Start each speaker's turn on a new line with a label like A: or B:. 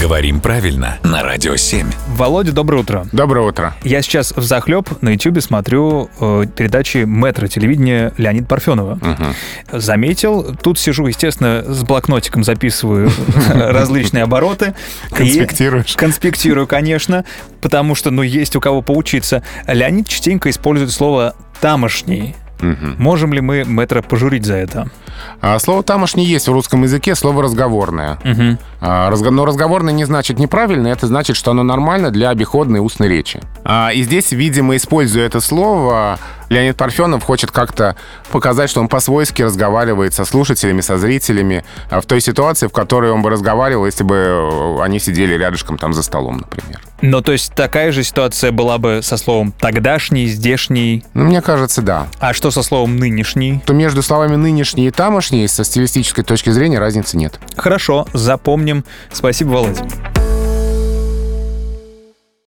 A: Говорим правильно на Радио 7.
B: Володя, доброе утро.
C: Доброе утро.
B: Я сейчас в захлеб на YouTube смотрю э, передачи метро телевидения Леонид Парфенова. Заметил. Тут сижу, естественно, с блокнотиком записываю различные обороты. И
C: Конспектируешь?
B: Конспектирую, конечно, потому что, ну, есть у кого поучиться. Леонид частенько использует слово «тамошний». Можем ли мы метро пожурить за это?
C: А, слово «тамошний» есть в русском языке, слово «разговорное». А, разго- но «разговорное» не значит неправильно, это значит, что оно нормально для обиходной устной речи. А, и здесь, видимо, используя это слово, Леонид Парфенов хочет как-то показать, что он по-свойски разговаривает со слушателями, со зрителями а, в той ситуации, в которой он бы разговаривал, если бы э, они сидели рядышком там за столом, например.
B: Ну, то есть такая же ситуация была бы со словом «тогдашний», «здешний»,
C: Ну, мне кажется, да.
B: а что со словом «нынешний»?
C: То между словами «нынешний» и «тамошний» со стилистической точки зрения разницы нет.
B: Хорошо, запомним. Спасибо, Володь.